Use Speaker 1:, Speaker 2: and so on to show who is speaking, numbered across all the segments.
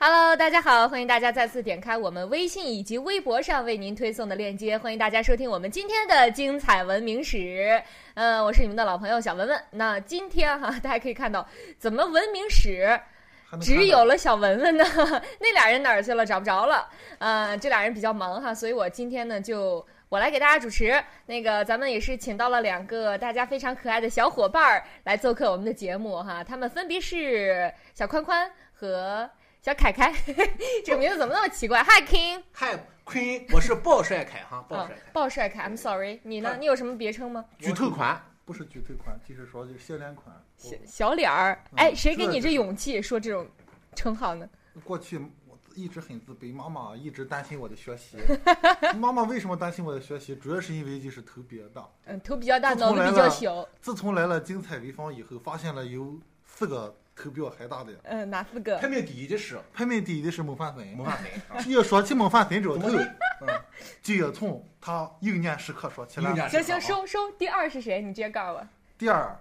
Speaker 1: Hello，大家好，欢迎大家再次点开我们微信以及微博上为您推送的链接，欢迎大家收听我们今天的精彩文明史。呃，我是你们的老朋友小文文。那今天哈、 大家可以看到，怎么文明史
Speaker 2: 还能
Speaker 1: 只
Speaker 2: 看
Speaker 1: 有
Speaker 2: 到
Speaker 1: 了小文文呢？ 那俩人哪儿去了？找不着了。呃，这俩人比较忙哈，所以我今天呢就我来给大家主持。那个咱们也是请到了两个大家非常可爱的小伙伴儿来做客我们的节目哈，他们分别是小宽宽和。小凯凯， 这个名字怎么那么奇怪？Hi King，
Speaker 2: 嗨 Queen，我是暴帅凯哈，
Speaker 1: 嗯
Speaker 2: 暴帅凯，
Speaker 1: 暴帅凯，I'm sorry，你呢？
Speaker 2: 嗯
Speaker 1: 你有什么别称吗？
Speaker 2: 剧透款，
Speaker 3: 不是绝对款，就是说就是限量款。
Speaker 1: 小小脸儿，哎，
Speaker 3: 嗯
Speaker 1: 谁给
Speaker 3: 这
Speaker 1: 你
Speaker 3: 就
Speaker 1: 这
Speaker 3: 是
Speaker 1: 勇气说这种称号呢？
Speaker 3: 我过去我一直很自卑，妈妈一直担心我的学习。 妈妈为什么担心我的学习？主要是因为就是头比较大。
Speaker 1: 嗯，头比较大，
Speaker 3: 自
Speaker 1: 脑
Speaker 3: 从
Speaker 1: 子
Speaker 3: 来
Speaker 1: 比较
Speaker 3: 了
Speaker 1: 小。
Speaker 3: 自从来了精彩潍坊以后，发现了有四个头比我还大的。
Speaker 1: 嗯，哪四个
Speaker 2: 排？名第一的是
Speaker 3: 排名第一的是某范森
Speaker 2: 模。范生 啊，
Speaker 3: 要说起某范森这个头
Speaker 2: 怎么，
Speaker 3: 嗯就要从他幼年时刻说起
Speaker 2: 幼年
Speaker 3: 来。
Speaker 2: 时
Speaker 1: 行行，收收。第二是谁？你直接告诉我。
Speaker 3: 第二，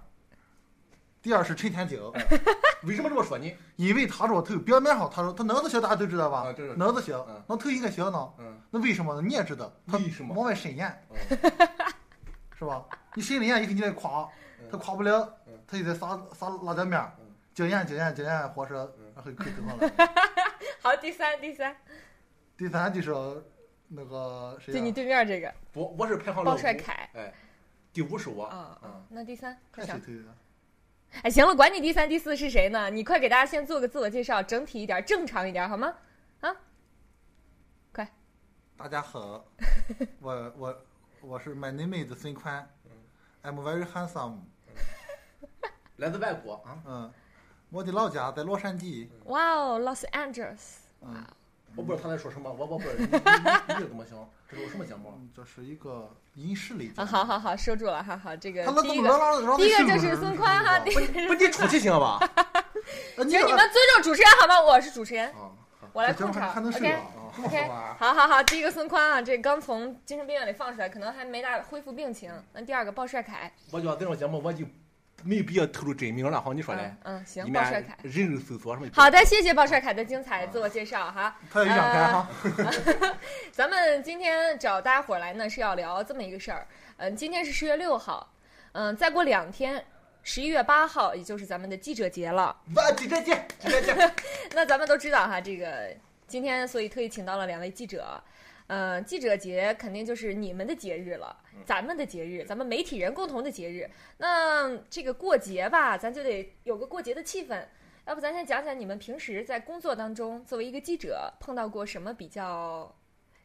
Speaker 3: 第二是陈天九，
Speaker 2: 嗯为什么这么说呢？
Speaker 3: 因为他说头表面上他说他脑子小，大家都知道吧
Speaker 2: 啊这是？
Speaker 3: 脑子小
Speaker 2: 嗯，
Speaker 3: 那头应该小呢。
Speaker 2: 嗯，
Speaker 3: 那为什么呢？你也知道，他
Speaker 2: 为什么
Speaker 3: 往外伸眼
Speaker 2: 嗯，
Speaker 3: 是吧？ 你伸了眼以后，你再夸
Speaker 2: 嗯，
Speaker 3: 他夸不了
Speaker 2: 嗯，
Speaker 3: 他就得撒撒辣椒面儿
Speaker 2: 嗯，
Speaker 3: 椒盐椒盐椒盐火舌
Speaker 2: 嗯，
Speaker 3: 然后口头上 了。
Speaker 1: 好，第三，第三，
Speaker 3: 第三就是那个谁啊
Speaker 1: 就你
Speaker 3: 呀？
Speaker 1: 对面这个
Speaker 2: 我我是排行老
Speaker 1: 鲍
Speaker 2: 五
Speaker 1: 帅，凯
Speaker 2: 哎，第五是我，
Speaker 1: 啊
Speaker 2: 嗯，
Speaker 1: 那第三，快
Speaker 3: 看
Speaker 1: 想。
Speaker 3: 谁推的？
Speaker 1: 哎，行了，管你第三、第四是谁呢？你快给大家先做个自我介绍，整体一点，正常一点，好吗？
Speaker 3: 大家 好，我我我是 My name is 孙宽，I'm very handsome。
Speaker 2: 来自外国啊，
Speaker 3: 嗯，我的老家在洛杉矶。
Speaker 1: 哇哦，Los Angeles，
Speaker 3: 嗯，
Speaker 2: 我不知道他在说什么，我 我不知道，你你你怎么想？这是我什么节目？啊
Speaker 3: 嗯这是一个影视类节目。
Speaker 1: 啊，好好好，收住了，好好，这个
Speaker 3: 他那
Speaker 1: 第
Speaker 3: 怎
Speaker 1: 一
Speaker 3: 么老
Speaker 1: 个，
Speaker 3: 老老
Speaker 1: 第一个就是
Speaker 3: 是不是
Speaker 1: 孙宽哈，第
Speaker 3: 你
Speaker 1: 一 个
Speaker 2: 不
Speaker 1: 是
Speaker 2: 不，你出去行 了吧？
Speaker 1: 请你
Speaker 3: 这
Speaker 1: 们尊重主持人好吗？我是主持人，
Speaker 2: 啊，好，
Speaker 1: 我来
Speaker 3: 这
Speaker 1: 控
Speaker 3: 还
Speaker 1: 场
Speaker 3: 还能睡
Speaker 1: ，OK
Speaker 3: 着。啊？
Speaker 2: 这么好玩儿，
Speaker 1: 好好好，第一个孙宽啊，这刚从精神病院里放出来，可能还没大恢复病情。那第二个鲍帅凯，
Speaker 2: 我觉得这种节目我就没必要透露真名了，好，你说嘞
Speaker 1: 嗯，嗯，行，
Speaker 2: 以
Speaker 1: 鲍帅
Speaker 2: 免
Speaker 1: 凯。
Speaker 2: 人肉搜索什么？
Speaker 1: 好，的，谢谢鲍帅凯的精彩自我介绍哈。
Speaker 3: 他有一两开啊哈，
Speaker 1: 咱们今天找大家伙儿来呢，是要聊这么一个事儿。嗯，今天是十月六号，嗯，再过两天，十一月八号，也就是咱们的记者节了。
Speaker 2: 哇，记者见，记者见。
Speaker 1: 那咱们都知道哈，这个今天所以特意请到了两位记者。嗯，记者节肯定就是你们的节日了，
Speaker 2: 嗯
Speaker 1: 咱们的节日，咱们媒体人共同的节日。那这个过节吧，咱就得有个过节的气氛。要不咱先讲讲你们平时在工作当中，作为一个记者碰到过什么比较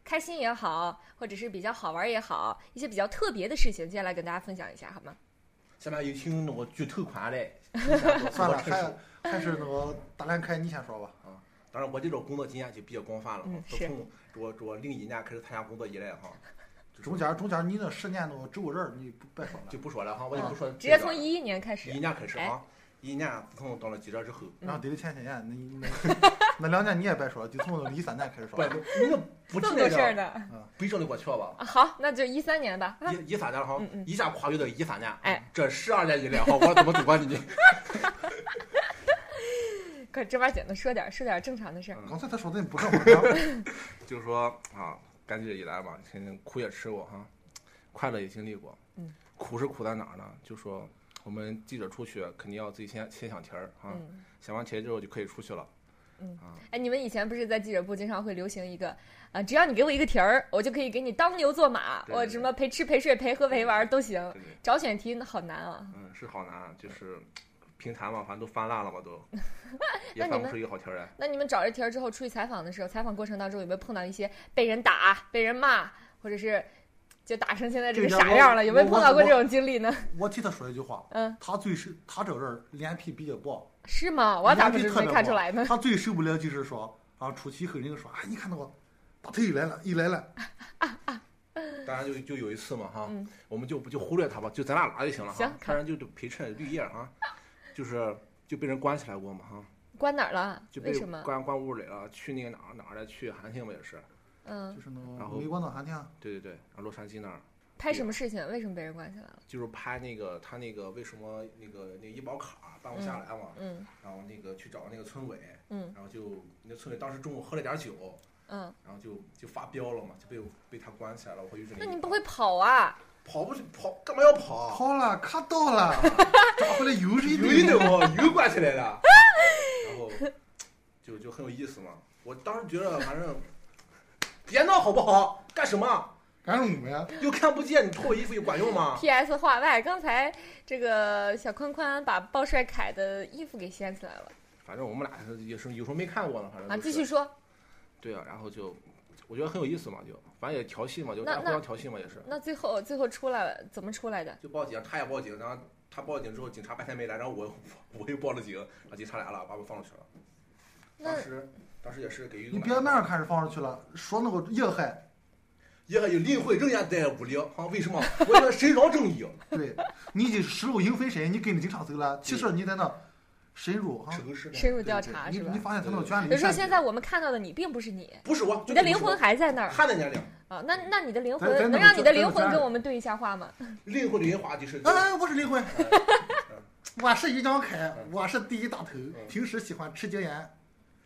Speaker 1: 开心也好，或者是比较好玩也好，一些比较特别的事情，接下来跟大家分享一下好吗？
Speaker 2: 下面有请那个剧透款的，
Speaker 3: 算
Speaker 2: 算
Speaker 3: 了，还还是那个大连开，你先说吧。
Speaker 2: 当然，我这种工作经验就比较广泛了。
Speaker 1: 嗯
Speaker 2: 自
Speaker 1: 是
Speaker 2: 从我我零一年开始参加工作以来哈，
Speaker 3: 中间中间你那十年那个植物人儿，你不别说了。
Speaker 2: 就不说了哈，我就不说这个了。
Speaker 1: 嗯直接从一一哎年开
Speaker 2: 一
Speaker 1: 始，
Speaker 2: 年开始啊，一年自从当了记者之后，
Speaker 3: 然后得了前些年，你 那那两年你也别说了，就从一三年开始
Speaker 2: 不
Speaker 3: 说。
Speaker 2: 是，那不
Speaker 1: 这
Speaker 2: 提
Speaker 1: 么多
Speaker 2: 那
Speaker 1: 事儿
Speaker 2: 个，
Speaker 1: 呢。
Speaker 2: 不说得过去了吧？
Speaker 1: 啊好，那就一三年吧。啊
Speaker 2: 一一三年哈
Speaker 1: 嗯，嗯
Speaker 2: 一下跨越到一三年，
Speaker 1: 哎，
Speaker 2: 这十二年以来哈，我怎么度过你？
Speaker 1: 快正儿八经的说点儿说点儿正常的事儿。
Speaker 3: 刚才他说的你不正 常，
Speaker 2: 就是说啊，干记者以来吧，肯定苦也吃过哈，快乐也经历过。
Speaker 1: 嗯，
Speaker 2: 苦是苦在哪儿呢？就说我们记者出去肯定要自己先先想题儿啊，
Speaker 1: 嗯，
Speaker 2: 想完题之后就可以出去了。啊
Speaker 1: 哎，你们以前不是在记者部经常会流行一个，啊、只要你给我一个题儿，我就可以给你当牛做马，
Speaker 2: 对对
Speaker 1: 我
Speaker 2: 对
Speaker 1: 什么陪吃陪睡陪喝陪玩儿都行。
Speaker 2: 对对，
Speaker 1: 找选题那好难啊！
Speaker 2: 嗯，是好难，就是平谈嘛，反正都翻烂了嘛 都，也
Speaker 1: 那你
Speaker 2: 翻不
Speaker 1: 们
Speaker 2: 出一个好题儿来。
Speaker 1: 那你们找着题儿之后出去采访的时候，采访过程当中有没有碰到一些被人打、被人骂，或者是就打成现在这个
Speaker 3: 这个
Speaker 1: 傻样了？
Speaker 3: 我
Speaker 1: 有没有
Speaker 3: 我
Speaker 1: 碰到过
Speaker 3: 我
Speaker 1: 这种经历呢？
Speaker 3: 我替他说一句话，
Speaker 1: 嗯，
Speaker 3: 他最是他这个人儿脸皮比较薄，
Speaker 1: 是吗？我咋
Speaker 3: 人
Speaker 1: 知
Speaker 3: 家
Speaker 1: 道没
Speaker 3: 特别
Speaker 1: 看出
Speaker 3: 好
Speaker 1: 来呢？
Speaker 3: 他最受不了就是说啊，出去以后人家说，哎，你看那个大腿来了，一来了，
Speaker 2: 当然就就有一次嘛哈，
Speaker 1: 嗯
Speaker 2: 我们就不就忽略他吧，就咱俩拿就行了
Speaker 1: 行
Speaker 2: 哈。当然就就陪衬绿叶儿哈，就是就被人关起来过嘛哈，
Speaker 1: 关哪儿了？
Speaker 2: 就被
Speaker 1: 为什么？
Speaker 2: 关关屋里了，去那个哪儿哪儿了，去韩信嘛也是。
Speaker 1: 嗯
Speaker 3: 就是那
Speaker 2: 然
Speaker 3: 个
Speaker 2: 后
Speaker 3: 美国那寒天，啊
Speaker 2: 啊对对对，然后洛杉矶那儿，
Speaker 1: 拍什么事情？为什么被人关起来了？
Speaker 2: 就是拍那个他那个为什么那个那个医保卡办不下来嘛，
Speaker 1: 嗯
Speaker 2: 然后那个去找那个村委，
Speaker 1: 嗯
Speaker 2: 然后就那村委当时中午喝了点酒，
Speaker 1: 嗯，
Speaker 2: 然后就就发飙了嘛，就被我被他关起来了。我回去这里，
Speaker 1: 那你不会跑啊？
Speaker 2: 跑不是跑，干嘛要跑？
Speaker 3: 跑了，卡到了，抓回来又是一
Speaker 2: 哦有一
Speaker 3: 堆。
Speaker 2: 种哦，又关起来 了，然后就就很有意思嘛。我当时觉得，反正别闹好不好？干什么？
Speaker 3: 干什么呀？
Speaker 2: 又看不见，你脱我衣服有管用吗？
Speaker 1: P.S. 话外，刚才这个小宽宽把鲍帅凯的衣服给掀起来了
Speaker 2: 反正我们俩是也是有时候没看过呢，反正、
Speaker 1: 啊！
Speaker 2: 呃就是
Speaker 1: 继续说，
Speaker 2: 对啊，然后就我觉得很有意思嘛，就反正也调戏嘛，就
Speaker 1: 那
Speaker 2: 大家互相调戏嘛，也是
Speaker 1: 那最后最后出来了，怎么出来的？
Speaker 2: 就报警，他也报警，然后他报警之后，警察半天没来，然后我我又报了警，然后警察来了，把我放出去了。
Speaker 1: 那
Speaker 2: 当时当时也是给予
Speaker 3: 你别那样看着放出去了，说那个也害。
Speaker 2: 也还有林慧仍然在屋里，啊，为什么？我觉得谁饶正义？啊
Speaker 3: 对，你已经食肉迎非神，你跟着警察走了，其实你在那深入哈。
Speaker 2: 城市
Speaker 1: 深入调查
Speaker 3: 你
Speaker 1: 是吧
Speaker 3: 你？发现他那个圈里。
Speaker 1: 比如说现在我们看到的你并不是你，
Speaker 2: 不是我，
Speaker 1: 你的灵魂还在那儿
Speaker 2: 还在年龄，
Speaker 1: 啊！那那你的灵
Speaker 3: 咱
Speaker 1: 魂
Speaker 3: 咱
Speaker 1: 能
Speaker 3: 怎么
Speaker 1: 让你的
Speaker 3: 咱
Speaker 1: 灵
Speaker 3: 咱
Speaker 1: 魂
Speaker 3: 咱
Speaker 1: 跟我们对一下话吗？
Speaker 2: 灵魂的银花
Speaker 1: 啊
Speaker 2: 就是
Speaker 3: 哎，我是林辉，我是于江凯，我是第一大头，平时喜欢吃椒盐，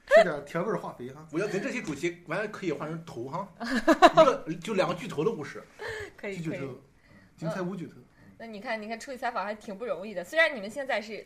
Speaker 3: 吃点甜味儿化肥哈。
Speaker 2: 我要跟这期主题完了可以换成头 哈，一个就两个巨头的故事，
Speaker 1: 可以
Speaker 3: 鸡
Speaker 1: 可
Speaker 3: 巨
Speaker 1: 以
Speaker 3: 头。，精彩无巨头。
Speaker 1: 那你看，你看出去采访还挺不容易的。虽然你们现在是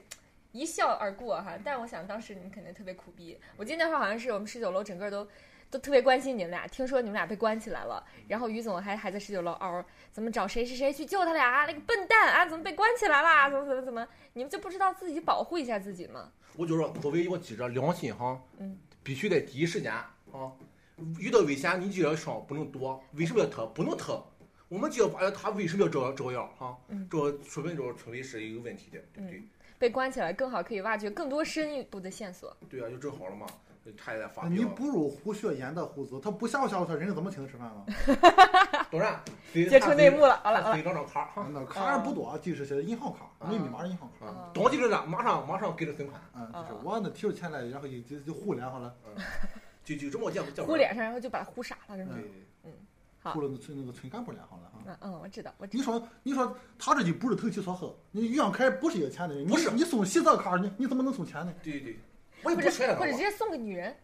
Speaker 1: 一笑而过哈，但我想当时你们肯定特别苦逼。我记得那会儿好像是我们十九楼整个都都特别关心你们俩，听说你们俩被关起来了，然后于总还还在十九楼嗷，怎么找谁谁谁去救他俩啊？那个笨蛋啊，怎么被关起来啦？怎么怎么怎么？你们就不知道自己保护一下自己吗？
Speaker 2: 我就说作为一个记者，良心哈
Speaker 1: 嗯，
Speaker 2: 必须得第一时间啊，遇到危险你就要想不能躲，为什么要逃？不能逃，我们就要发现他为什么要这这样哈
Speaker 1: 嗯，
Speaker 2: 这说明这个村委是有问题的，对不对？
Speaker 1: 被关起来更好，可以挖掘更多深一步的线索。
Speaker 2: 对啊，就正好了嘛，他也在发
Speaker 3: 哎你
Speaker 2: 飙，
Speaker 3: 不如胡血盐的胡子，他不吓唬吓唬他，人家怎么请他吃饭 啊？
Speaker 2: 当然
Speaker 1: 接触内幕了，好了好
Speaker 2: 他
Speaker 1: 了，
Speaker 2: 以找找卡哈，
Speaker 3: 那卡不多，啊就是些银行卡，
Speaker 1: 嗯
Speaker 3: 没密码银行卡。
Speaker 1: 哦
Speaker 2: 啊，当机立断，马上马上给了存款。
Speaker 3: 嗯，就是我那提出钱来，然后就就就互联好了，
Speaker 2: 就就这么见见
Speaker 1: 糊脸上，然后就把他糊傻了，是吗？
Speaker 2: 对，
Speaker 1: 好
Speaker 3: 互了那村那个村干部联好了啊。
Speaker 1: 嗯嗯，我知道，我知道。
Speaker 3: 你说，你说他这就不是投其所好，你于小开不是有钱的人，你
Speaker 2: 不是
Speaker 3: 你送西藏卡，你你怎么能送钱呢？
Speaker 2: 对对，我也
Speaker 1: 或
Speaker 2: 不
Speaker 1: 者
Speaker 2: 摔了
Speaker 1: 或者直
Speaker 2: 他。
Speaker 1: 接送给女人，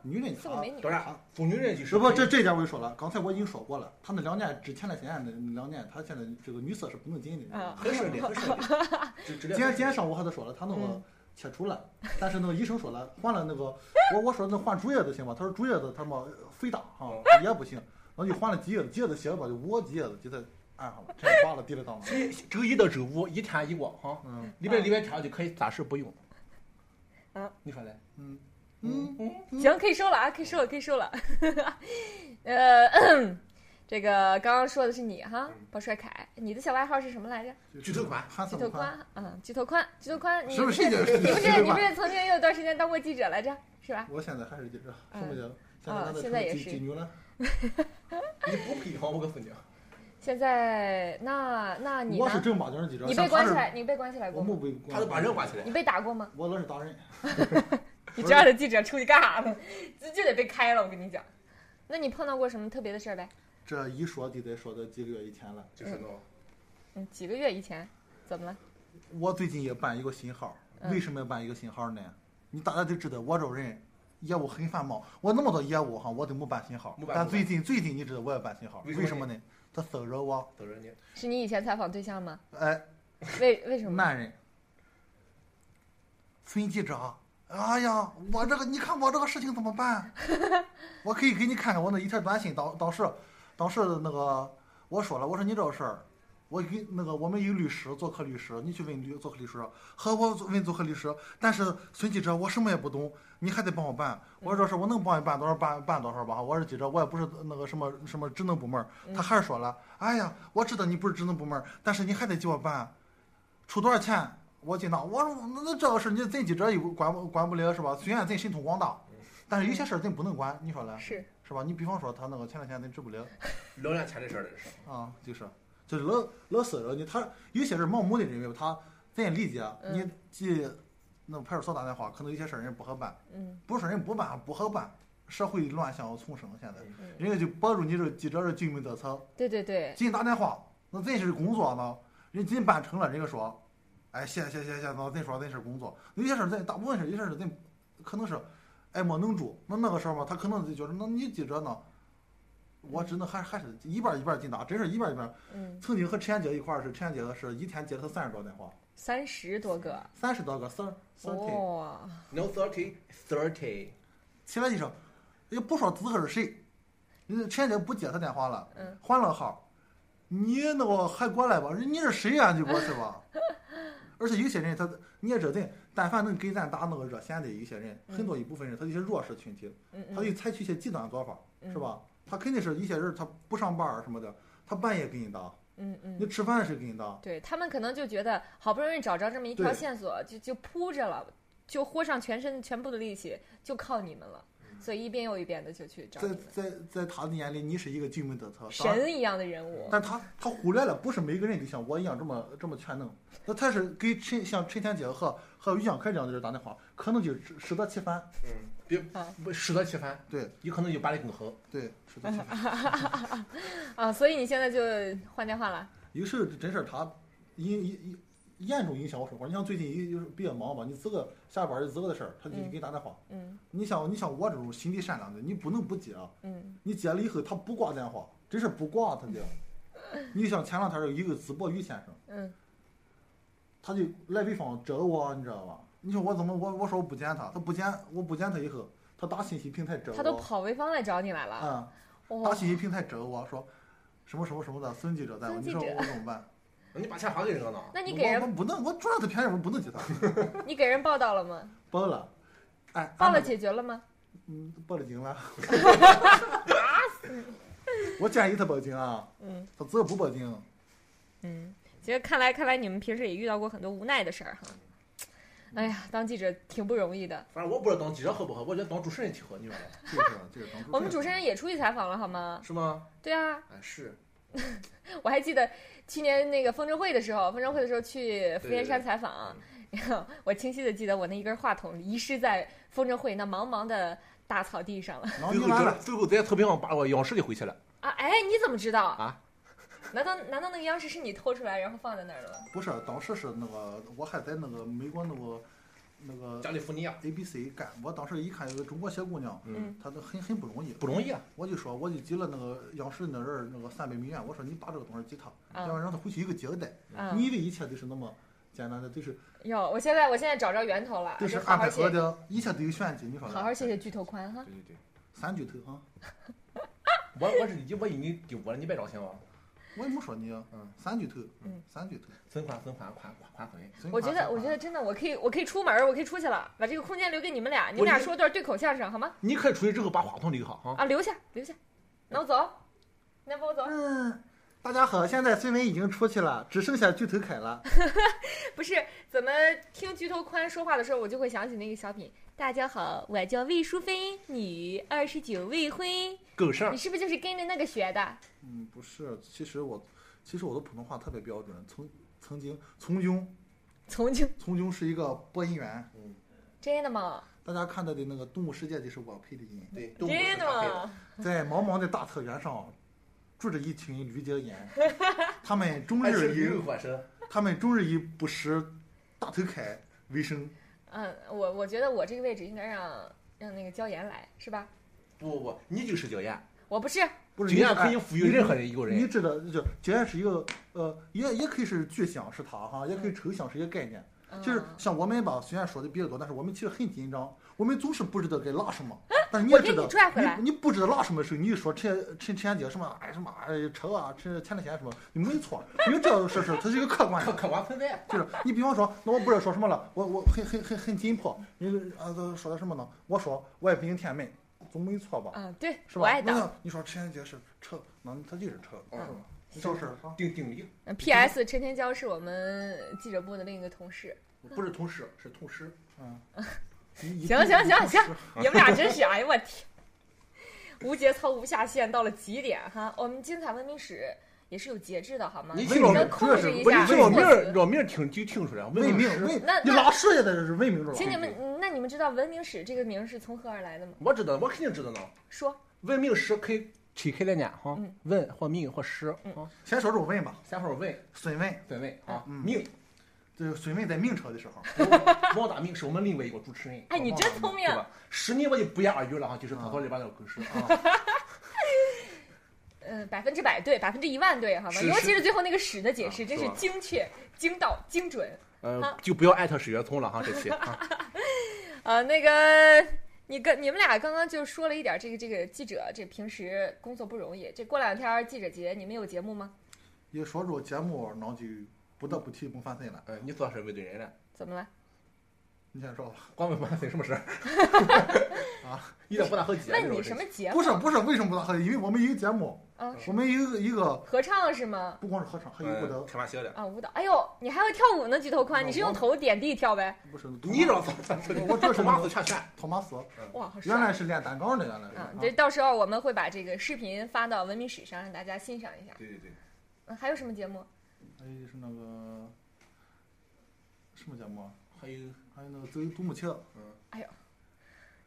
Speaker 3: 女人
Speaker 1: 送给
Speaker 3: 卡
Speaker 1: 美，女。
Speaker 2: 当然，妇女人就是
Speaker 3: 是不？这这点我就说了，刚才我已经说过了，他那两年之前的现在那两年，他现在这个女色是不能进的。
Speaker 1: 啊
Speaker 2: 很顺利，很 顺利。这这
Speaker 3: 今天今天上午还在说了，他那个
Speaker 1: 嗯
Speaker 3: 切除了，但是那个医生说了，换了那个我我说那换竹叶子行吗？他说竹叶子他妈肥大哈
Speaker 2: 哦
Speaker 3: 也不行，然后就换了几叶子，几叶子行吧，就五个几叶子就在按上了，这样挂了地了当了。
Speaker 2: 这周一到周五一天一个哈，
Speaker 3: 嗯
Speaker 2: 礼拜礼拜天就可以暂时不用。
Speaker 1: 嗯，
Speaker 2: 你说嘞？
Speaker 3: 嗯嗯，
Speaker 1: 行，可以收了啊，可以收了，可以收了。呃，咳这个刚刚说的是你哈，
Speaker 3: 嗯
Speaker 1: 鲍帅凯，你的小外号是什么来着？
Speaker 2: 巨头款
Speaker 3: 汉
Speaker 1: 巨
Speaker 3: 森
Speaker 1: 头
Speaker 3: 宽，
Speaker 1: 宽，嗯，巨头宽，巨头宽，你
Speaker 3: 是不是
Speaker 1: 你
Speaker 3: 这
Speaker 1: 不
Speaker 3: 个
Speaker 1: 是
Speaker 3: 是
Speaker 1: 你不
Speaker 3: 这
Speaker 1: 是
Speaker 3: 个
Speaker 1: 你不是曾经有一段时间当过记者来着，是吧？
Speaker 3: 我现在还是记者，什么
Speaker 1: 嗯
Speaker 3: 叫？
Speaker 1: 啊
Speaker 3: 现在
Speaker 1: 现在也
Speaker 3: 几
Speaker 1: 是
Speaker 3: 几牛了？
Speaker 2: 你不配哈，我告诉你，
Speaker 1: 现在那那你
Speaker 3: 我是
Speaker 1: 呢？
Speaker 3: 正儿八经的记者，
Speaker 1: 你
Speaker 3: 像
Speaker 1: 被
Speaker 3: 他
Speaker 1: 关
Speaker 3: 是
Speaker 1: 起来，你被关起来过
Speaker 3: 我
Speaker 1: 吗？
Speaker 3: 没被关，
Speaker 2: 他都把人挖起来。
Speaker 1: 你被打过吗？
Speaker 3: 我老是打人，
Speaker 1: 你这样的记者出去干啥呢？就就得被开了，我跟你讲。那你碰到过什么特别的事儿呗？
Speaker 3: 这一说就得说到几个月以前了。
Speaker 2: 就是那，
Speaker 1: 嗯，几个月以前，怎么了？
Speaker 3: 我最近也办一个新号，
Speaker 1: 嗯
Speaker 3: 为什么要办一个新号呢？你大家都知道，我这人业务很繁忙，我那么多业务哈，我都没办新号
Speaker 2: 没。办
Speaker 3: 但最近最近你知道我也办新号，
Speaker 2: 为什么呢
Speaker 3: 为什么呢？他骚扰我，
Speaker 2: 等着你。
Speaker 1: 是你以前采访对象吗？
Speaker 3: 哎，
Speaker 1: 为为什么？
Speaker 3: 男人，孙记者，哎呀，我这个你看我这个事情怎 么办？我可以给你看看我那一条短信，当当时当时那个我说了，我说你这个事儿。我给那个我们有律师，做客律师，你去问律做客律师，和我问做客律师。但是孙记者，我什么也不懂，你还得帮我办。我说这事我能帮你办多少办办多少吧。我是记者，我也不是那个什么什么职能部门儿。他还是说了，哎呀，我知道你不是职能部门儿，但是你还得给我办。出多少钱？我尽到。我说那那这个事儿，你咱记者也管不管不了是吧？虽然咱神通广大，但是有些事儿咱不能管，你说嘞
Speaker 1: 是
Speaker 3: 是吧？你比方说他那个前两天咱治不了
Speaker 2: 聊两钱的事儿了，这是。
Speaker 3: 啊，就是就是老老骚扰你，他有些人盲目的认为他咱也理解，啊
Speaker 1: 嗯
Speaker 3: 你去那派出所打电话，可能有些事儿人不好办，
Speaker 1: 嗯
Speaker 3: 不是说人不办不好办，社会乱象丛生，现在
Speaker 1: 嗯，
Speaker 3: 人家就帮助你这记者这救命稻草，
Speaker 1: 对对对，
Speaker 3: 给你打电话，那真是工作呢，人进办成了，人家说，哎，谢谢谢谢，那咱说咱是工作，有些事儿咱大部分事儿，有些事儿咱可能是，哎没能住，那那个时候嘛，他可能就觉得，那你记着呢，我只能还还是一半儿一半儿进打，真是一半儿一半儿。
Speaker 1: 嗯，
Speaker 3: 曾经和陈姐一块儿是，陈姐是一天接了他三十多电话，
Speaker 1: 三十多个，
Speaker 3: 三十多个三
Speaker 1: 哇、
Speaker 3: 三天，
Speaker 2: No thirty thirty，
Speaker 3: 起来一声，也不说自个儿是谁，人家陈姐不接他电话了，
Speaker 1: 嗯，
Speaker 3: 换了号，你那个还过来吧？你是谁呀、你就过去 吧。而且有些人他，你也知道，但凡能给咱打那个热线的一些人，
Speaker 1: 嗯
Speaker 3: 很多一部分人，他一些弱势群体，
Speaker 1: 嗯
Speaker 3: 他
Speaker 1: 嗯
Speaker 3: 就采取一些极端做法，
Speaker 1: 嗯
Speaker 3: 是吧？他肯定是一些人他不上班儿什么的，他半夜给你打，
Speaker 1: 嗯嗯
Speaker 3: 你吃饭时给你打，
Speaker 1: 对他们可能就觉得好不容易找着这么一条
Speaker 3: 对
Speaker 1: 线索，就就扑着了，就豁上全身全部的力气，就靠你们了，所以一遍又一遍的就去找
Speaker 3: 嗯在
Speaker 1: 你们，
Speaker 3: 在在他的眼里，你是一个救命的他，当然
Speaker 1: 神一样的人物，
Speaker 3: 但他他忽略了，不是每个人都像我一样这么这么全能。那他是给陈像陈天杰和和于洋凯这样的人打电话，可能就适适得其反。
Speaker 2: 嗯，别
Speaker 1: 啊
Speaker 2: 不适得其反，
Speaker 3: 对
Speaker 2: 有可能有八里更横。
Speaker 3: 对，适得其 反。
Speaker 1: 啊，所以你现在就换电话了，
Speaker 3: 一个是真事儿，他影影严重影响我生活。你像最近也就是比较忙吧，你自个下班儿有自个的事儿，他就给
Speaker 1: 嗯
Speaker 3: 你打电话。
Speaker 1: 嗯
Speaker 3: 你像你像我这种心地善良的，你不能不接啊。
Speaker 1: 嗯
Speaker 3: 你接了以后，他不挂电话，真是不挂他的。你像前两天有一个淄博于先生。
Speaker 1: 嗯
Speaker 3: 他就来北方找我，你知道吧？你说我怎么我我说我不见他，他不见我不见他以后，他打信息平台找我，
Speaker 1: 他都跑潍坊来找你来了，
Speaker 3: 嗯，
Speaker 1: 哇、
Speaker 3: 打信息平台找我说什么什么什么的，孙记者在我，
Speaker 1: 孙
Speaker 3: 你
Speaker 1: 记
Speaker 3: 说
Speaker 1: 者
Speaker 3: 我怎么办？
Speaker 2: 你把钱还给人家呢？
Speaker 1: 那你
Speaker 3: 我
Speaker 1: 给人
Speaker 3: 我不能，我主要他便宜，我不能接他，
Speaker 1: 你给人报道了吗？
Speaker 3: 报了，哎，
Speaker 1: 报了
Speaker 3: 俺们
Speaker 1: 解决了吗？
Speaker 3: 嗯，报了 警了， 我建议他报警啊，
Speaker 1: 嗯
Speaker 3: 他自个不报警，
Speaker 1: 嗯，其实看来看来你们平时也遇到过很多无奈的事儿哈。哎呀，当记者挺不容易的。
Speaker 2: 反正我不知道当记者好不好，我觉得当主持人挺好，你说呢？
Speaker 3: 就是就是当
Speaker 1: 我们主持人也出去采访了，好吗？
Speaker 2: 是吗？
Speaker 1: 对啊，
Speaker 2: 哎，是，
Speaker 1: 我还记得去年那个风筝会的时候，风筝会的时候去福建山采访，然后我清晰的记得我那一根话筒遗失在风筝会那茫茫的大草地上了。
Speaker 3: 然后
Speaker 2: 最
Speaker 3: 你
Speaker 2: 后
Speaker 3: 完
Speaker 2: 在
Speaker 3: 了，
Speaker 2: 最后在草坪上把我钥匙给回去了。
Speaker 1: 啊，哎，你怎么知道
Speaker 2: 啊？
Speaker 1: 难道难道那个央视是你偷出来然后放在那儿了？
Speaker 3: 不是当时是那个我还在那个美国那个那个
Speaker 2: 加利福尼亚
Speaker 3: A B C 干，我当时一看有个中国小姑娘，
Speaker 1: 嗯
Speaker 3: 她都很很不容易，
Speaker 2: 不容易啊，
Speaker 3: 我就说我就给了那个央视那人儿那个三百美元，我说你把这个东西给她，
Speaker 1: 嗯
Speaker 3: 要让她回去一个交代。
Speaker 1: 啊、
Speaker 3: 你以为一切都是那么简单的，都是
Speaker 1: 哟，我现在我现在找着源头了，
Speaker 3: 都是
Speaker 1: 就好
Speaker 3: 安
Speaker 1: 好
Speaker 3: 排
Speaker 1: 写
Speaker 3: 好，的，一切都有玄机，你说
Speaker 1: 好
Speaker 3: 呢？
Speaker 1: 好谢谢剧透宽哈。
Speaker 2: 对对对，
Speaker 3: 三巨头啊，
Speaker 2: 我我是你我已经给我了，你别着急啊，
Speaker 3: 我也没说你啊，
Speaker 2: 嗯
Speaker 3: 三巨头，
Speaker 1: 嗯
Speaker 3: 三巨头。
Speaker 2: 存款存款款款款存，
Speaker 3: 所以
Speaker 1: 我觉得，
Speaker 3: 夸啊
Speaker 1: 我觉得，真的，我可以，我可以出门儿，我可以出去了，把这个空间留给你们俩，你们
Speaker 2: 我
Speaker 1: 俩
Speaker 2: 已经
Speaker 1: 说段对口相声好吗？
Speaker 2: 你可以出去之后把话筒留下啊。
Speaker 1: 啊，留下，留下，那我走，那我走
Speaker 3: 夸。嗯，大家好，现在孙文已经出去了，只剩下巨头凯了。
Speaker 1: 不是，怎么听剧透宽说话的时候，我就会想起那个小品。大家好，我叫魏淑芬，女，二十九未婚。
Speaker 2: 狗剩
Speaker 1: 你是不是就是跟着那个学的？
Speaker 3: 嗯，不是，其实我，其实我的普通话特别标准，曾曾经从军，
Speaker 1: 从经
Speaker 3: 从军是一个播音员。
Speaker 2: 嗯
Speaker 1: 真的吗？
Speaker 3: 大家看到的那个《动物世界》里是我配的音，
Speaker 2: 对，动物
Speaker 1: 真的吗？
Speaker 3: 在茫茫的大草原上，住着一群驴椒盐，他们终
Speaker 2: 还是
Speaker 3: 日
Speaker 2: 驴
Speaker 3: 以
Speaker 2: 火车，
Speaker 3: 他们终日以捕食大头凯为生。
Speaker 1: 嗯，我我觉得我这个位置应该让让那个椒盐来，是吧？
Speaker 2: 不不不，你就是九燕，
Speaker 1: 我不是，
Speaker 3: 不是哎
Speaker 2: 九燕可以赋予任何人一个
Speaker 3: 你
Speaker 2: 人。
Speaker 3: 知道，就九燕是一个呃，也也可以是具象是它
Speaker 2: 嗯
Speaker 3: 哈，也可以抽象是一个概念。
Speaker 1: 嗯、
Speaker 3: 就是像我们吧，虽然说的比较多，但是我们其实很紧张，我们总是不知道该拉什 么。但是你
Speaker 1: 我
Speaker 3: 也
Speaker 1: 给
Speaker 3: 知道
Speaker 1: 你，拽回来
Speaker 3: 你你不知道拉什么的时候，你一说陈陈陈姐什么哎什么哎车啊，陈前列腺什么，你没错，因为这个事实它是一个客观
Speaker 2: 客
Speaker 3: 的。
Speaker 2: 客观存在，
Speaker 3: 就是你比方说，那我不知道说什么了，我我很很很很紧迫，你啊都说的什么呢？我说我也不行天门，总没错吧？
Speaker 1: 嗯，对，
Speaker 3: 是
Speaker 1: 我
Speaker 3: 啊吧
Speaker 1: 爱？
Speaker 3: 那
Speaker 1: 党。
Speaker 3: 像你说陈姐是车，那它就是车，是吧
Speaker 2: 嗯？
Speaker 3: 就是啊，
Speaker 2: 定定理，
Speaker 1: 嗯 P.S. 陈天骄是我们记者部的另一个同事。
Speaker 2: 不是同事，是同事。
Speaker 3: 嗯。行
Speaker 1: 行行行行，你们俩真是，哎呦我天！无节操、无下限到了极点哈！我们精彩文明史也是有节制的，好吗？
Speaker 2: 你
Speaker 1: 只
Speaker 2: 这种
Speaker 1: 能控制一下
Speaker 2: 你绕 名
Speaker 1: 措
Speaker 2: 儿
Speaker 1: 辞。
Speaker 2: 绕名儿听就听出来，
Speaker 3: 文
Speaker 2: 文
Speaker 3: 明
Speaker 2: 史。
Speaker 3: 文，
Speaker 1: 那
Speaker 3: 你
Speaker 1: 那
Speaker 3: 拉屎也得是文明着了。
Speaker 1: 请你们，那你们知道“文明史”这个名儿是从何而来的吗？
Speaker 2: 我知道，我肯定知道呢。
Speaker 1: 说，
Speaker 2: 文明史可以
Speaker 4: triển开来念哈
Speaker 1: 嗯，
Speaker 4: 问或命或诗
Speaker 1: 嗯
Speaker 4: 啊，
Speaker 3: 先说主问吧，
Speaker 4: 三号问
Speaker 3: 孙问，
Speaker 4: 分位啊，
Speaker 3: 嗯
Speaker 4: 命
Speaker 3: 就是孙问在明朝的时候，
Speaker 4: 汪大命是我们另外一个主持人，
Speaker 1: 哎，你真聪明
Speaker 4: 对，吧？十年我就不言而喻了哈，就是他说里边那个故事 啊。
Speaker 1: 嗯，百分之百对，百分之一万对，好吧？
Speaker 4: 是
Speaker 1: 尤
Speaker 4: 是
Speaker 1: 其是最后那个屎的解释，
Speaker 2: 啊
Speaker 1: 真
Speaker 2: 是
Speaker 1: 是
Speaker 2: 吧
Speaker 1: 精确、精到、精准。
Speaker 4: 呃，就不要艾特史学聪了哈，这期啊，
Speaker 1: 啊，那个你跟你们俩刚刚就说了一点，这个这个记者这平时工作不容易，这过两天儿记者节你们有节目吗？
Speaker 3: 一说主节目，那就不得不提孟凡森了。
Speaker 4: 呃，你算是卫队人了，
Speaker 1: 怎么了？
Speaker 3: 你先说吧，
Speaker 4: 关问问谁什么 事儿啊？一点不大好解。
Speaker 1: 问你什么节目
Speaker 3: 不是不是，为什么不大合理？因为我们一个节目，
Speaker 1: 啊？
Speaker 3: 我们一个一个
Speaker 1: 合唱是吗？
Speaker 3: 不光是合唱，还有一
Speaker 4: 呃
Speaker 2: 嗯
Speaker 3: 个
Speaker 2: 天马行的，
Speaker 1: 啊，舞蹈，哎呦，你还会跳舞呢，举头宽，你是用头点地跳呗？
Speaker 3: 不是
Speaker 4: 你老早咋说的？
Speaker 3: 我这是
Speaker 4: 他妈死全全。
Speaker 3: 托马斯，
Speaker 1: 哇，好帅
Speaker 3: 原！来是练单杠的，原来是。
Speaker 1: 啊，这到时候我们会把这个视频发到文明史上，让大家欣赏一下。
Speaker 2: 对对对，
Speaker 1: 嗯，还有什么节目？
Speaker 3: 还有就是那个什么节目啊？
Speaker 4: 还有嗯
Speaker 3: 还有那个走独木桥，
Speaker 1: 哎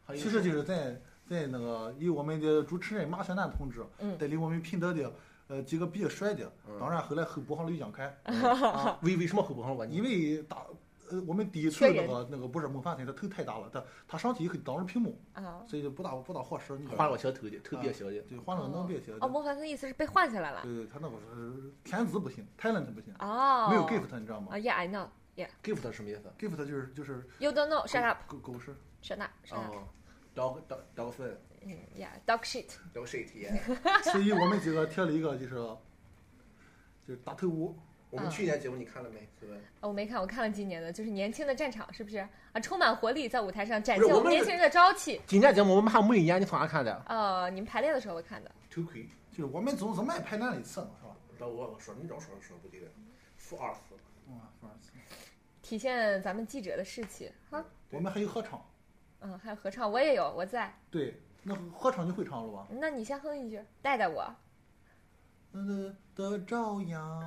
Speaker 4: 还有，
Speaker 3: 其实就是在在那个以我们的主持人马小南同志
Speaker 1: 嗯
Speaker 3: 带领我们频道的呃几个比较帅的，
Speaker 2: 嗯
Speaker 3: 当然后来后补上了于江凯，
Speaker 4: 嗯为为什么后不上我？
Speaker 3: 因
Speaker 4: 你
Speaker 3: 为大呃我们第一次
Speaker 1: 缺
Speaker 3: 那
Speaker 1: 人
Speaker 3: 个那个不是孟凡森，他头太大了，他他上去以后挡着屏幕，
Speaker 1: 啊，
Speaker 3: 所以就不大不大合适。你
Speaker 4: 换了个小头的，头比较小的。
Speaker 3: 对换了个能别些
Speaker 1: 哦，
Speaker 3: 的，
Speaker 1: 莫凡森的意思是被换下来了。
Speaker 3: 对对，他那个是天资不行，talent 不行，
Speaker 1: 哦，
Speaker 3: 没有 gift 他，你知道吗
Speaker 1: 啊，Yeah，I know。
Speaker 4: give 他什么意思？
Speaker 3: ？gift 他就是就是
Speaker 1: You don't know. Shut up.
Speaker 3: 狗狗屎。
Speaker 1: Shut up. Shut up.
Speaker 4: 哦，找找找个分，
Speaker 1: 嗯，Yeah. Dog shit.
Speaker 4: 找个谁 体
Speaker 1: 嗯
Speaker 3: 所以我们几个贴了一个就是就是大头舞，
Speaker 2: 我们去年节目你看了没？对吧？
Speaker 1: 哦，我没看，我看了今年的，就是年轻的战场，是不是啊？充满活力，在舞台上展
Speaker 4: 不
Speaker 1: 现
Speaker 4: 是
Speaker 1: 我
Speaker 4: 我
Speaker 1: 们
Speaker 4: 们
Speaker 1: 年轻人的朝气。
Speaker 4: 今天节目我们还没演，你从哪看的？
Speaker 1: 呃，你们排练的时候我看的。
Speaker 4: 头盔。
Speaker 3: 就是我们总怎么也排练了一次嘛，是吧？
Speaker 2: 到我我说你老说说不对的，负二次。
Speaker 3: 嗯，不是
Speaker 1: 体现咱们记者的士气哈。
Speaker 3: 我们还有合唱，
Speaker 1: 嗯，还有合唱，我也有，我在。
Speaker 3: 对，那合唱你会唱了吧？
Speaker 1: 那你先哼一句，带带我。
Speaker 3: 那那的朝阳，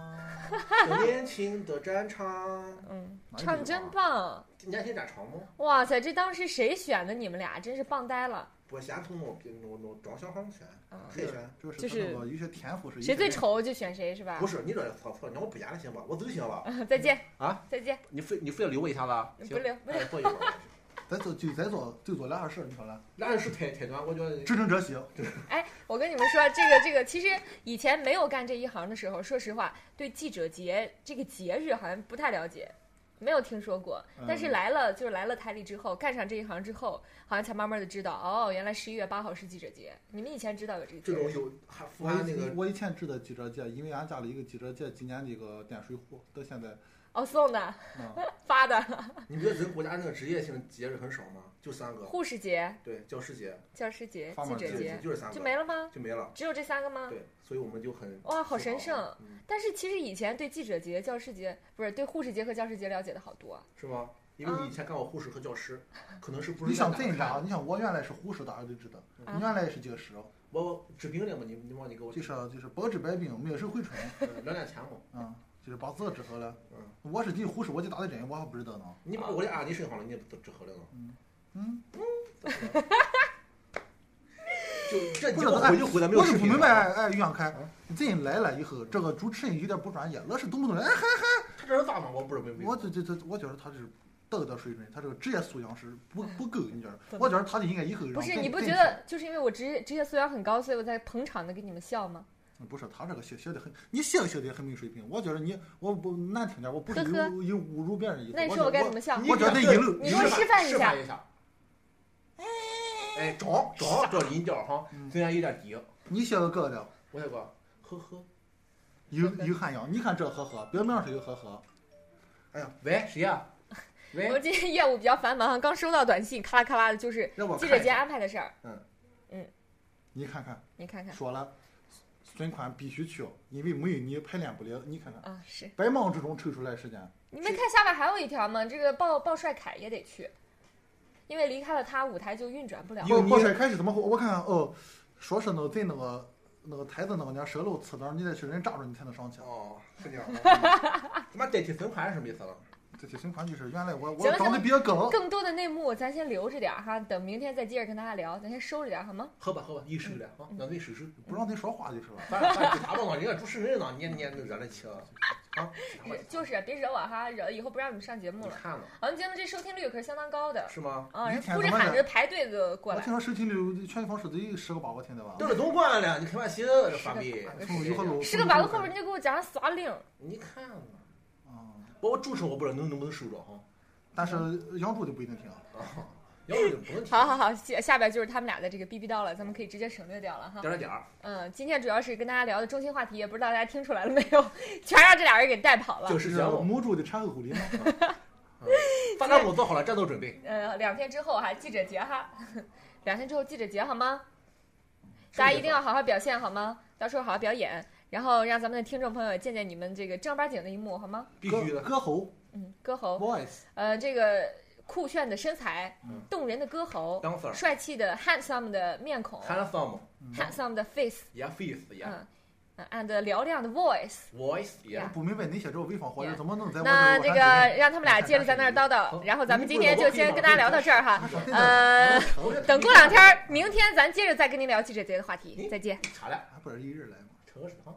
Speaker 2: 年轻的战场，
Speaker 1: 嗯，
Speaker 3: 哪有
Speaker 1: 唱得
Speaker 3: 这种
Speaker 1: 真
Speaker 3: 啊
Speaker 1: 棒！
Speaker 2: 年轻战场吗？
Speaker 1: 哇塞，这当时谁选的？你们俩真是棒呆了。
Speaker 2: 我先从我我我装小航选，
Speaker 1: 啊，
Speaker 2: 海选。
Speaker 3: 这个
Speaker 1: 就是是
Speaker 3: 和那个有些天赋是一
Speaker 1: 谁最
Speaker 3: 些？
Speaker 1: 丑就选谁是吧
Speaker 2: 不？是你这操操，你让我不演了行吧？我走行吧？
Speaker 1: 再见
Speaker 4: 啊！
Speaker 1: 再见，
Speaker 4: 你非你非要留我一下子啊？
Speaker 1: 不
Speaker 4: 行，
Speaker 1: 留不留。
Speaker 2: 哎，过一会儿。
Speaker 3: 咱做就咱做就做俩小时，你说了，
Speaker 2: 那人是太太短，我觉得
Speaker 3: 知人者喜。
Speaker 1: 我跟你们说，这个这个，其实以前没有干这一行的时候，说实话，对记者节这个节日好像不太了解，没有听说过。但是来了，就是来了台里之后，干上这一行之后，好像才慢慢的知道，哦，原来十一月八号是记者节。你们以前知道有这个节
Speaker 2: 这种
Speaker 1: 日？
Speaker 2: 有还富
Speaker 3: 我
Speaker 2: 含
Speaker 3: 以
Speaker 2: 那个
Speaker 3: 我以前知道记者节，因为俺家里一个记者节，今年的一个电水壶，到现 在，
Speaker 1: 哦，送的、
Speaker 3: 嗯，
Speaker 1: 发的，
Speaker 2: 你觉得咱国家那个职业性节日很少吗？就三个，
Speaker 1: 护士节、
Speaker 2: 对，教师节，
Speaker 1: 教师节、
Speaker 3: 发
Speaker 1: 记
Speaker 3: 码
Speaker 1: 者
Speaker 3: 节
Speaker 1: 节，
Speaker 2: 就是三
Speaker 1: 就
Speaker 2: 个，
Speaker 1: 没了吗？
Speaker 2: 就没了。
Speaker 1: 只有这三个吗？
Speaker 2: 对，所以我们就很
Speaker 1: 哇，好神圣！
Speaker 2: 嗯
Speaker 1: 但是其实以前对记者节、教师节，不是对护士节和教师节了解的好多。啊
Speaker 2: 是吗？因
Speaker 1: 嗯
Speaker 2: 为你以前干过护士和教师，可能是不是
Speaker 3: 你想
Speaker 2: 这
Speaker 3: 真啥？你想我原来是护士，大家都知道，
Speaker 2: 啊
Speaker 1: 嗯
Speaker 3: 原来是这个师，
Speaker 2: 我治病了嘛，你你忘记给我
Speaker 3: 就是就是包治百病，没事回春，
Speaker 2: 嗯两年前嘛，
Speaker 3: 嗯，就是把自个治好了。
Speaker 2: 嗯，
Speaker 3: 我是进护士，我就打的针，我还不知道呢。
Speaker 2: 你
Speaker 1: 啊
Speaker 2: 把我的阿尼身上了，你也不治好了呢。
Speaker 3: 嗯，
Speaker 2: 就这你
Speaker 3: 不是
Speaker 2: 我回就回来，没有
Speaker 3: 我是
Speaker 2: 视
Speaker 3: 不
Speaker 2: 频了啊
Speaker 3: 明白，哎哎，于洋开
Speaker 2: 嗯，
Speaker 3: 真来了以后，这个主持人有点不专业，老是动不动哎，
Speaker 2: 他这人咋嘛？我不是没没。
Speaker 3: 我这这这，我觉得他这是道德水准，他这个职业素养是不不够，你觉得？
Speaker 1: 怎么
Speaker 3: 我觉得他就应该以后让
Speaker 1: 嗯不是
Speaker 3: 真
Speaker 1: 你不
Speaker 3: 真
Speaker 1: 觉得就是因为我职业职业素养很高，所以我在捧场的给你们笑吗？
Speaker 3: 嗯不是他这个写写的很，你写个写的很没水平。我觉得你我不难听点，我不是
Speaker 1: 呵呵
Speaker 3: 有有侮辱别人的意思。
Speaker 1: 那你
Speaker 3: 我
Speaker 1: 说我该
Speaker 3: 觉得
Speaker 1: 怎么笑？
Speaker 3: 我我觉得一路
Speaker 1: 你给我示范一下
Speaker 4: 示范一下。哎，找找找音调哈，
Speaker 3: 嗯
Speaker 4: 虽然有点低，
Speaker 3: 你写个个的
Speaker 4: 我那个呵呵，
Speaker 3: 有有涵养，你看这呵呵，表面上是有呵呵，
Speaker 4: 哎呀，喂，谁呀？
Speaker 1: 我
Speaker 4: 喂，
Speaker 1: 们今天业务比较繁忙哈，刚收到短信，咔啦咔啦的，就是
Speaker 3: 让我
Speaker 1: 记者
Speaker 3: 看一
Speaker 1: 节
Speaker 3: 下。
Speaker 1: 安排的事儿。
Speaker 3: 你看看，
Speaker 1: 你看看
Speaker 3: 说了，孙宽必须去，因为没有你排练不了。你看看，
Speaker 1: 啊，是
Speaker 3: 百忙之中抽出来时间，
Speaker 1: 你没看下面还有一条吗？这个鲍鲍帅凯也得去，因为离开了他，舞台就运转不了
Speaker 4: 因。为
Speaker 3: 报
Speaker 4: 你
Speaker 3: 报帅开始怎么回？我看看哦，说是那在那个那个台子那个人射漏刺刀，你得去人扎着你才能上去。啊
Speaker 2: 啊 哦，是这样。他妈代替存款是什么意思了？
Speaker 3: 这这存款就是原来我
Speaker 1: 行
Speaker 3: 我
Speaker 1: 了
Speaker 3: 长得比较梗，
Speaker 1: 更多的内幕咱先留着点儿哈，等明天再接着跟大家聊，咱先收着点儿好吗？
Speaker 2: 喝吧喝吧，一时了
Speaker 1: 嗯
Speaker 2: 啊，那你试试。
Speaker 3: 不让你说话就是了。
Speaker 2: 反正反正他们人家主持人呢，你你惹那气了啊？
Speaker 1: 惹就是别惹我哈，惹以后不让你们上节目
Speaker 2: 你
Speaker 1: 了。
Speaker 2: 看了
Speaker 1: 我们节目这收听率可是相当高的
Speaker 2: 是吗？
Speaker 1: 啊，
Speaker 3: 一
Speaker 1: 人
Speaker 3: 天
Speaker 1: 哭着
Speaker 3: 他妈
Speaker 1: 喊
Speaker 3: 的
Speaker 1: 着排队的过
Speaker 3: 我
Speaker 1: 来
Speaker 3: 听。说收听率全方是得十个八个听的吧？哎
Speaker 2: 都是东莞了，你开玩笑这反比。
Speaker 3: 从以后楼
Speaker 1: 十个八个后边你就给我加上耍令，
Speaker 2: 你看嘛，
Speaker 3: 嗯，
Speaker 2: 我我主持我不知道能能不能收着哈。
Speaker 3: 但是养猪的不一定听。
Speaker 2: 啊，要是不能听，
Speaker 1: 好好好，下下边就是他们俩的这个逼逼叨了，咱们可以直接省略掉了哈。
Speaker 2: 点儿点儿，
Speaker 1: 嗯，今天主要是跟大家聊的中心话题，也不知道大家听出来了没有，全让这俩人给带跑了
Speaker 2: 就。是节目。
Speaker 3: 母猪的产后护理吗？
Speaker 2: 发弹幕做好了，战斗准备。
Speaker 1: 呃，两天之后哈，记者节哈， 两天之后记者节好吗？大家一定要好好表现好吗？到时候好好表演，然后让咱们的听众朋友也见见你们这个正儿八经的一幕好吗？
Speaker 2: 必须的。
Speaker 3: 歌喉
Speaker 1: 嗯，歌喉，
Speaker 3: voice，
Speaker 1: 呃，这个酷炫的身材
Speaker 3: 嗯，
Speaker 1: 动人的歌喉，
Speaker 2: Dancer
Speaker 1: 帅气的 handsome 的面孔
Speaker 3: 嗯
Speaker 2: handsome
Speaker 1: ，handsome 的 face，
Speaker 2: yeah face yeah
Speaker 1: 嗯嗯，and 嘹亮的 voice。
Speaker 2: voice yeah
Speaker 3: 不明白你写这潍坊话怎么能在我
Speaker 1: 哎那
Speaker 3: 嗯
Speaker 1: 这
Speaker 3: 这
Speaker 1: 个让他们俩接着在那儿叨
Speaker 2: 好
Speaker 1: 叨，然后咱们今天就先跟大家聊到这儿哈。
Speaker 3: 嗯
Speaker 1: 呃，
Speaker 3: 我还
Speaker 1: 等过两天儿，明天咱接着再跟您聊记者节的话题，再见。
Speaker 2: 查了
Speaker 3: 还不是一人来吗？
Speaker 2: 成个是啊。